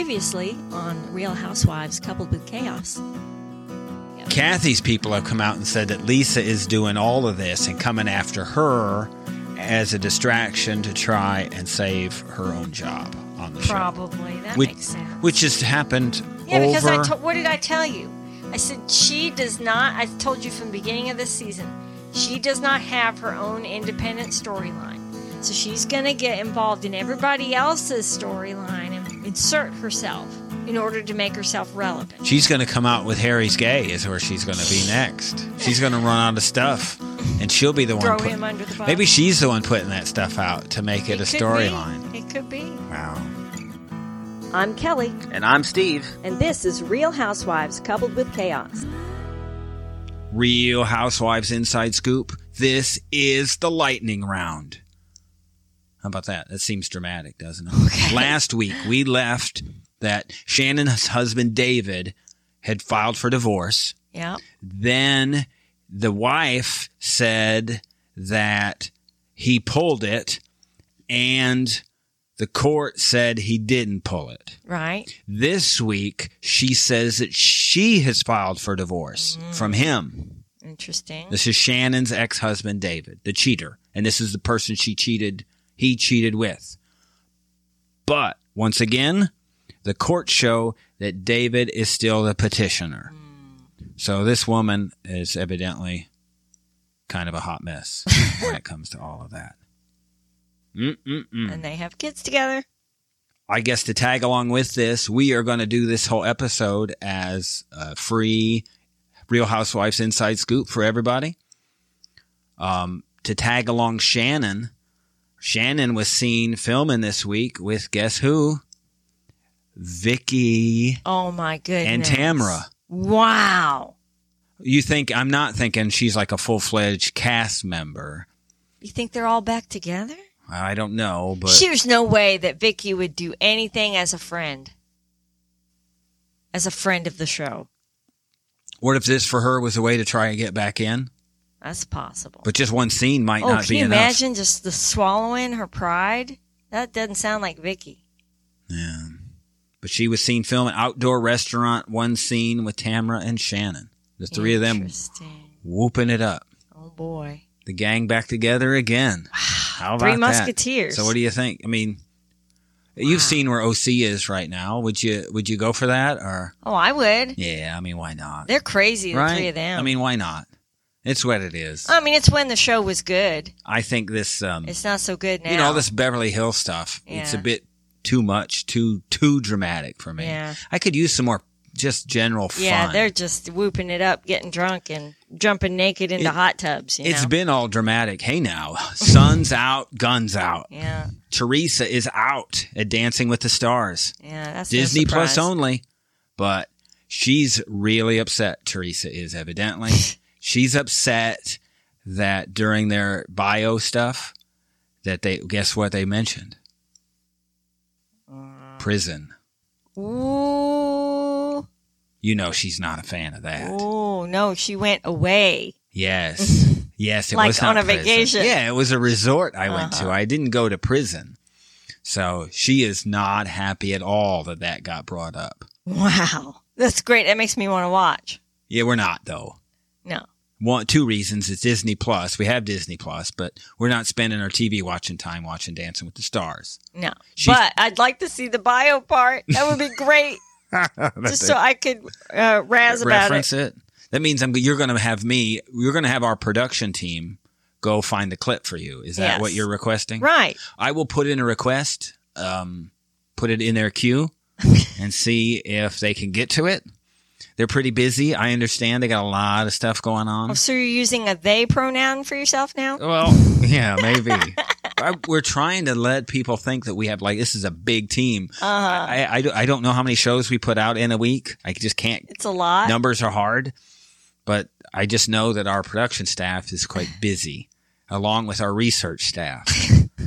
Previously on Real Housewives Coupled with Chaos. Kathy's people have come out and said that Lisa is doing all of this and coming after her as a distraction to try and save her own job on the show. Probably. That Which, makes sense. which has happened yeah, because I over. to- what did I tell you? I said she does not, I told you from the beginning of this season, she does not have her own independent storyline. So she's going to get involved in everybody else's storyline and insert herself in order to make herself relevant. she's going to come out with Harry's gay is where she's going to be next. She's going to run out of stuff, and she'll be the Throw one. put- him under the bus. Maybe she's the one putting that stuff out to make it, It could be. a storyline. It could be. Wow. I'm Kelly, And I'm Steve. and this is Real Housewives Coupled with Chaos. Real Housewives Inside Scoop. This is the lightning round. How about that? That seems dramatic, doesn't it? Okay. Last week, we left that Shannon's husband, David, had filed for divorce. Yeah. Then the wife said that he pulled it, and the court said he didn't pull it Right. this week she says that she has filed for divorce from him Interesting. this is shannon's ex-husband david the cheater and this is the person she cheated he cheated with but once again the court show that david is still the petitioner Hmm. so this woman is evidently kind of a hot mess when it comes to all of that Mm, Mm-mm-mm. And they have kids together. I guess to tag along with this, we are going to do this whole episode as a free Real Housewives Inside Scoop for everybody. Um, to tag along Shannon, Shannon was seen filming this week with guess who? Vicky Oh my goodness. and Tamra. Wow. You think I'm not thinking she's like a full fledged cast member? You think they're all back together? I don't know, but There's no way that Vicky would do anything as a friend. As a friend of the show. what if this for her was a way to try and get back in? That's possible. But just one scene might oh, not can be you enough. imagine just the swallowing her pride? That doesn't sound like Vicky. Yeah. But she was seen filming outdoor restaurant one scene with Tamra and Shannon. The three of them Interesting. whooping it up. Oh boy. The gang back together again. How about Three that? Musketeers. So what do you think? I mean, you've seen where OC is right now. Would you would you go for that or Oh, I would. Yeah, I mean, why not? They're crazy, the right? three of them. I mean, why not? It's what it is. I mean, it's when the show was good. I think this um It's not so good now. you know, all this Beverly Hills stuff, it's a Yeah. bit too much, too too dramatic for me. Yeah. I could use some more just general fun. Yeah, they're just whooping it up, getting drunk, and jumping naked into It- hot tubs. You It's know? been all dramatic. Hey now, sun's out, guns out. yeah, Teresa is out at Dancing with the Stars. yeah. That's no Disney Plus surprise. only, but she's really upset. Teresa is evidently. she's upset that during their bio stuff that they guess what they mentioned? Prison. Ooh, You know she's not a fan of that. ooh, no, she went away. Yes. Yes, it Like was on not a prison. vacation. Uh-huh. Yeah, it was a resort I went to. I didn't go to prison. So she is not happy at all that that got brought up. Wow, that's great. That makes me want to watch. Yeah, we're not though. No, One, two reasons. It's Disney Plus. We have Disney Plus, but we're not spending our TV watching time watching Dancing with the Stars. no. She's- but I'd like to see the bio part. That would be great, just so I could uh, razz about it. Reference it. That means I'm. You're going to have me. You're going to have our production team go find the clip for you. Is that Yes. what you're requesting? Right. I will put in a request, um, put it in their queue, and see if they can get to it. They're pretty busy. I understand they got a lot of stuff going on. Oh, so you're using a they pronoun for yourself now? Well, yeah, maybe. I, we're trying to let people think that we have like this is a big team. Uh, I, I, I don't know how many shows we put out in a week. I just can't. it's a lot. Numbers are hard, but I just know that our production staff is quite busy, along with our research staff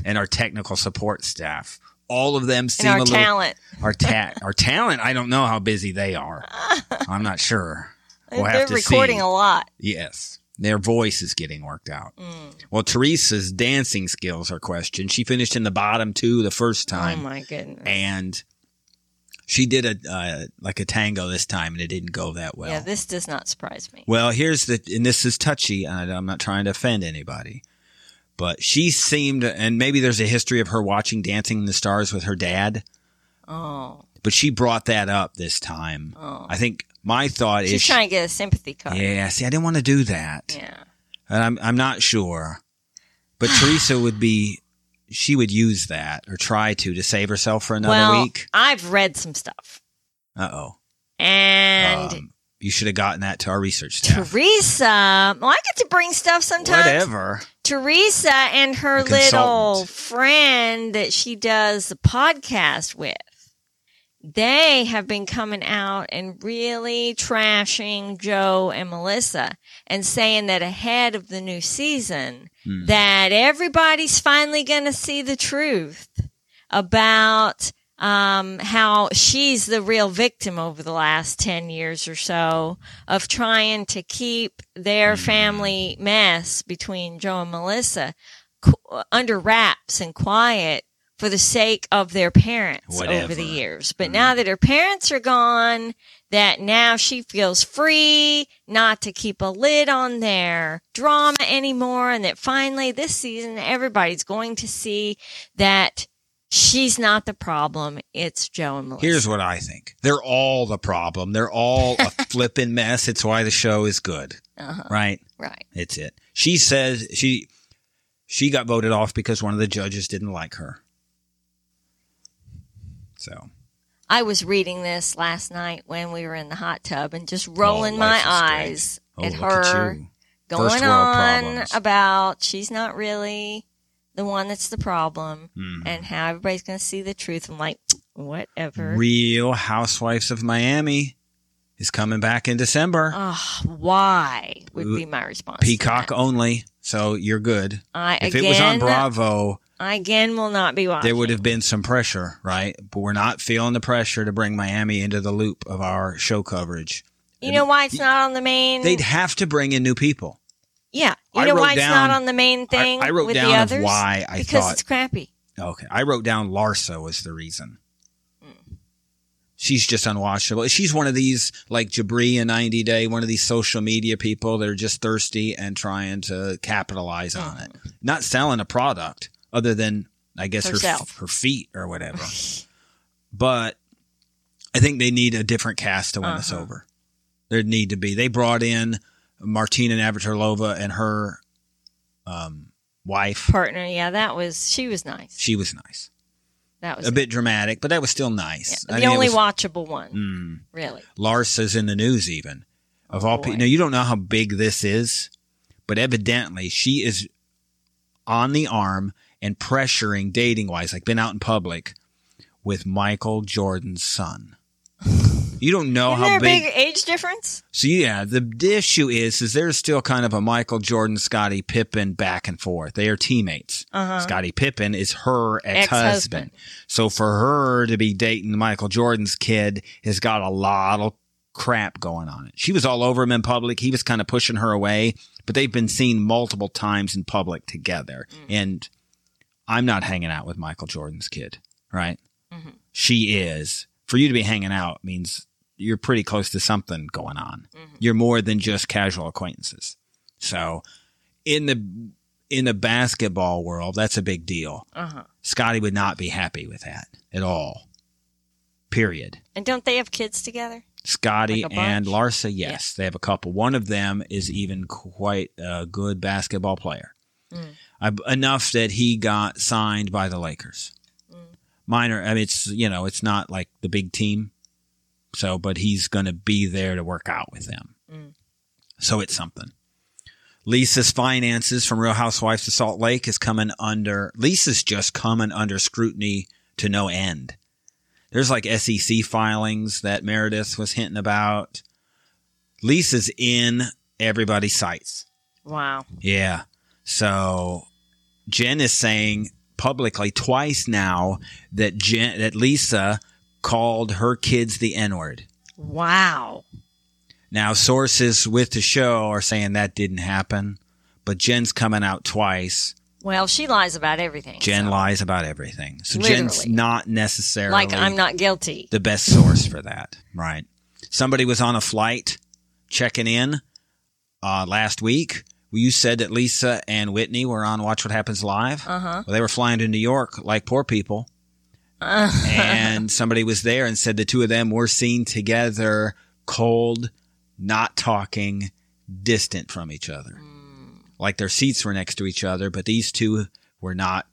and our technical support staff. All of them seem and our a little talent. our ta- our talent. I don't know how busy they are. I'm not sure. We'll They're have to recording see. a lot. Mm. Yes, their voice is getting worked out. Well, Teresa's dancing skills are questioned. She finished in the bottom two the first Oh time, my goodness. and She did a uh, like a tango this time, and it didn't go that well. yeah, this does not surprise me. Well, here's the, and this is touchy, and I- I'm not trying to offend anybody, but she seemed, and maybe there's a history of her watching Dancing in the Stars with her dad, Oh, but she brought that up this time. oh. I think my thought She's is, trying to get a sympathy card. yeah, see, I didn't want to do that, Yeah. and I'm, I'm not sure, but Teresa would be, she would use that or try to to save herself for another well, week. I've read some stuff, Uh oh, and um, you should have gotten that to our research staff. Teresa. Well, I get to bring stuff sometimes. Whatever. Teresa and her The little consultant. friend that she does the podcast with, they have been coming out and really trashing Joe and Melissa and saying that ahead of the new season, Hmm. that everybody's finally going to see the truth about um, how she's the real victim over the last 10 years or so of trying to keep their Hmm. family mess between Joe and Melissa qu- under wraps and quiet for the sake of their parents over Whatever. the years. Mm-hmm. But now that her parents are gone, that now she feels free not to keep a lid on their drama anymore. And that finally this season, everybody's going to see that she's not the problem. It's Joe and Melissa. Here's what I think. They're all the problem. They're all a flippin' mess. It's why the show is good, uh right? Right. It's it. She says she she got voted off because one of the judges didn't like her. So I was reading this last night when we were in the hot tub and just rolling Oh, my life is great. eyes oh, at look at her you. going First world on problems. about she's not really the one that's the problem Mhm. and how everybody's going to see the truth. I'm like, whatever. Real Housewives of Miami is coming back in December. Ugh, why would be my response? to Uh, Peacock that. only. So you're good. I If again, it was on Bravo, I again will not be watching. there would have been some pressure, right? But we're not feeling the pressure to bring Miami into the loop of our show coverage. you know why it's not on the main? They'd have to bring in new people. yeah. You I know wrote why it's down- not on the main I- thing? I, wrote with down the of others? why I because thought. it's crappy. Okay, I wrote down Larsa was the reason. She's just unwatchable. She's one of these like Jabri and 90 Day, one of these social media people that are just thirsty and trying to capitalize on Mm-hmm. it. Not selling a product other than, I guess, her, Herself. her feet or whatever. but I think they need a different cast to win this Uh-huh. over. There need to be. They brought in Martina Navratilova and her um, wife. partner. Yeah, that was she was nice. She was nice, That was a bit dramatic, but that was still nice. yeah, I the mean, it only was- watchable one, Mm, really. Larsa's in the news even of all boy. people. Now you don't know how big this is, but evidently she is on the arm and pressuring dating wise, like been out in public with Michael Jordan's son. You don't know Isn't Oh, how there a big big age difference? So yeah, the issue is is there's still kind of a Michael Jordan, Scottie Pippen back and forth. They are teammates. Uh huh. Scottie Pippen is her ex-husband. Ex-husband. So for her to be dating Michael Jordan's kid has got a lot of crap going on it. She was all over him in public. He was kind of pushing her away, but they've been seen multiple times in public together. And I'm not hanging out with Michael Jordan's kid, right? Mhm. She is. For you to be hanging out means you're pretty close to something going on. Mhm. You're more than just casual acquaintances. So in the in the basketball world, that's a big deal. Uh huh. Scotty would not be happy with that at all. Period. And don't they have kids together? Scotty Like a and bunch? Larsa, yes, they have a couple. One of them is even quite a good basketball player. Mm. I, enough that he got signed by the Lakers. Mm. Minor, I mean, it's you know, it's not like the big team. So, but he's going to be there to work out with them. Mm. So it's something. Lisa's finances from Real Housewives of Salt Lake is coming under. Lisa's just coming under scrutiny to no end. There's like SEC filings that Meredith was hinting about. Lisa's in everybody's sights. Wow. Yeah. So Jen is saying publicly twice now that Jen that Lisa called her kids the N-word. Wow. Now sources with the show are saying that didn't happen, but Jen's coming out twice Well, she lies about everything. Jen so, lies about everything. So Jen's Literally. not necessarily like I'm not guilty. the best source for that, right? Somebody was on a flight checking in uh, last week. You said that Lisa and Whitney were on Watch What Happens Live. Uh huh. Well, they were flying to New York like poor people. and somebody was there and said the two of them were seen together, cold, not talking, distant from each other. Like their seats were next to each other, but these two were not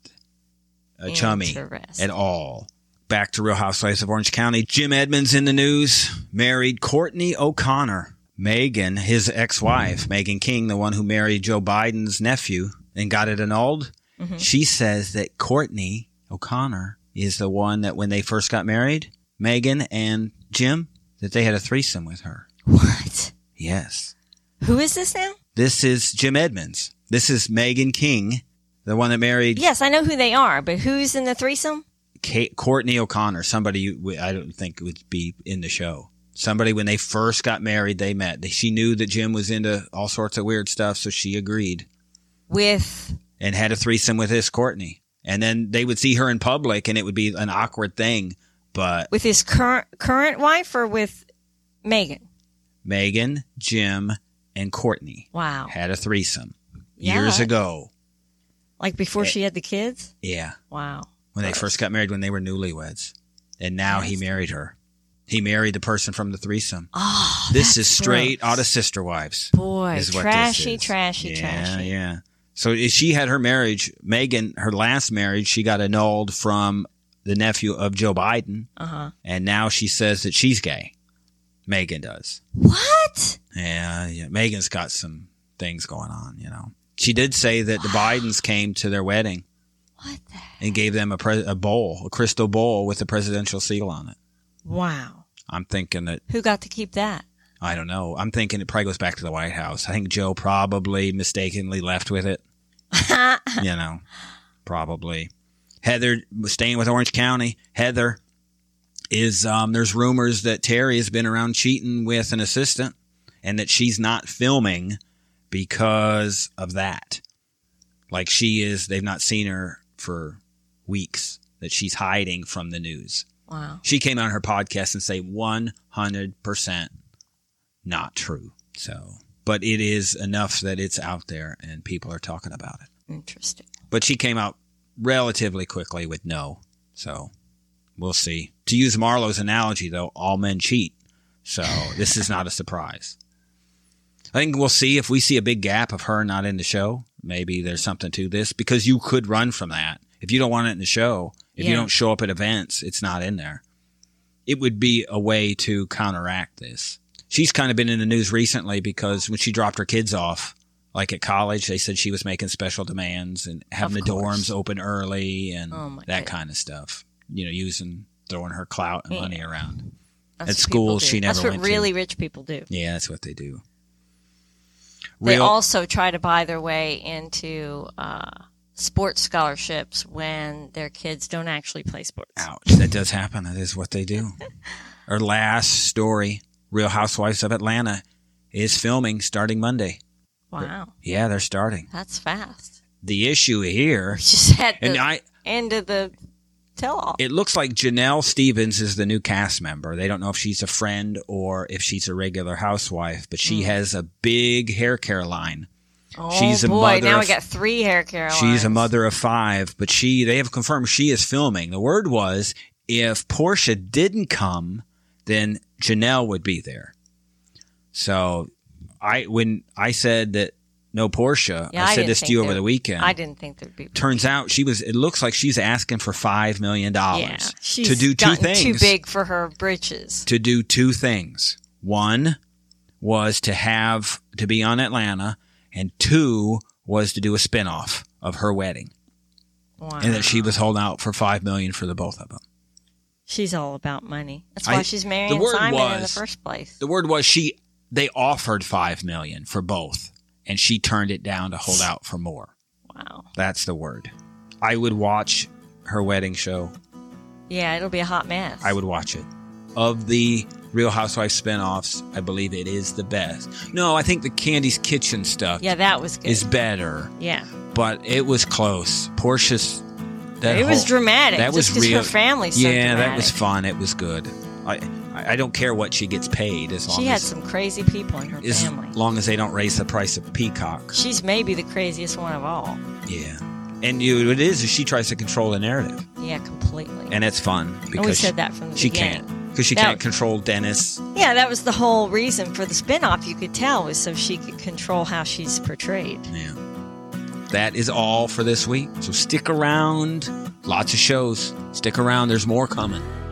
uh, chummy at all. Back to Real Housewives of Orange County. Jim Edmonds in the news married Courtney O'Connor. Megan, his ex wife, Megan King, the one who married Joe Biden's nephew and got it annulled. She says that Courtney O'Connor is the one that when they first got married, Megan and Jim, that they had a threesome with her. What? Yes. Who is this now? This is Jim Edmonds. This is Megan King, the one that married Yes, I know who they are, but who's in the threesome? Kate, Courtney O'Connor, somebody you- we- I don't think would be in the show. Somebody when they first got married, they met. They- She knew that Jim was into all sorts of weird stuff, so she agreed With and had a threesome with his Courtney. And then they would see her in public, and it would be an awkward thing. But with his current current wife or with Megan? Megan, Jim, and Courtney Wow. had a threesome Yeah. years Eh. ago. Like before she had the kids? Yeah, Wow. when they first got married, when they were newlyweds, and now he Yes. married her. He married the person from the threesome. Oh, this that's is straight gross. out of Sister Wives. Boy, is what this trashy, is. trashy, yeah, trashy. Yeah, So if she had her marriage, Megan, her last marriage, she got annulled from the nephew of Joe Biden, Uh huh. and now she says that she's gay. Megan does. What? Yeah, yeah. Megan's got some things going on, you know. She did say that the Bidens came to their wedding What the? and gave them a, pre- a bowl, a crystal bowl with a presidential seal on it. Wow. I'm thinking that Who got to keep that? I don't know. I'm thinking it probably goes back to the White House. I think Joe probably mistakenly left with it. you know, probably. Heather staying with Orange County. Heather is um, there's rumors that Terry has been around cheating with an assistant, and that she's not filming because of that. Like she is, they've not seen her for weeks. That she's hiding from the news. Wow. She came on her podcast and say 100% not true. So, but it is enough that it's out there and people are talking about it Interesting. but she came out relatively quickly with no. So we'll see. To use Marlowe's analogy, though, all men cheat. So this is not a surprise. I think we'll see if we see a big gap of her not in the show. Maybe there's something to this because you could run from that. If you don't want it in the show, if you Yeah. don't show up at events, it's not in there. It would be a way to counteract this. She's kind of been in the news recently because when she dropped her kids off, like at college, they said she was making special demands and having Of the course. dorms open early and Oh, my that goodness. kind of stuff. You know, using throwing her clout and Yeah. money around. That's At what school, people do. she That's never what went to. really rich people do. Yeah, that's what they do. They also try to buy their way into uh, sports scholarships when their kids don't actually play sports. Ouch, that does happen. That is what they do. Our last story Real Housewives of Atlanta is filming starting Monday. Wow, Yeah, they're starting. that's fast. The issue here, We just had and the I, end of the tell-all. it looks like Janelle Stevens is the new cast member. They don't know if she's a friend or if she's a regular housewife, but Hmm. she has a big hair care line. oh she's a boy, mother now of- we got three hair care. She's a lines. mother of five, but she they have confirmed she is filming. The word was if Portia didn't come, then Janelle would be there. So I when I said that no Portia, Yeah, I I said didn't this to think you over there- the weekend. I didn't think there'd be. Turns out she was it looks like she's asking for five million Yeah, dollars she's to do two gotten things. Too big for her britches. To do two things. One was to have to be on Atlanta and two was to do a spinoff of her wedding Wow. and that she was holding out for five million for the both of them. She's all about money. That's why I- she's marrying word Simon in the was- first place. The word was she they offered five million for both, and she turned it down to hold out for more. Wow. That's the word. I would watch her wedding show. Yeah, it'll be a hot mess. I would watch it. Of the Real Housewives spinoffs, I believe it is the best. No, I think the Candy's Kitchen stuff Yeah, that was good. is better, yeah. but it was close. Portia's. That it was whole- dramatic. that was just 'cause real. Her family's so yeah, that dramatic. was fun. It was good. I I I don't care what she gets paid as long She had as some crazy people in her as family. long as they don't raise the price of peacock. She's maybe the craziest one of all. Yeah, and you it is is she tries to control the narrative, Yeah, completely. and it's fun And we because said that from the she beginning. can't because she That- can't control Dennis. Yeah, that was the whole reason for the spinoff, you could tell, was so she could control how she's portrayed. Yeah. That is all for this week. So stick around. Lots of shows. Stick around. There's more coming.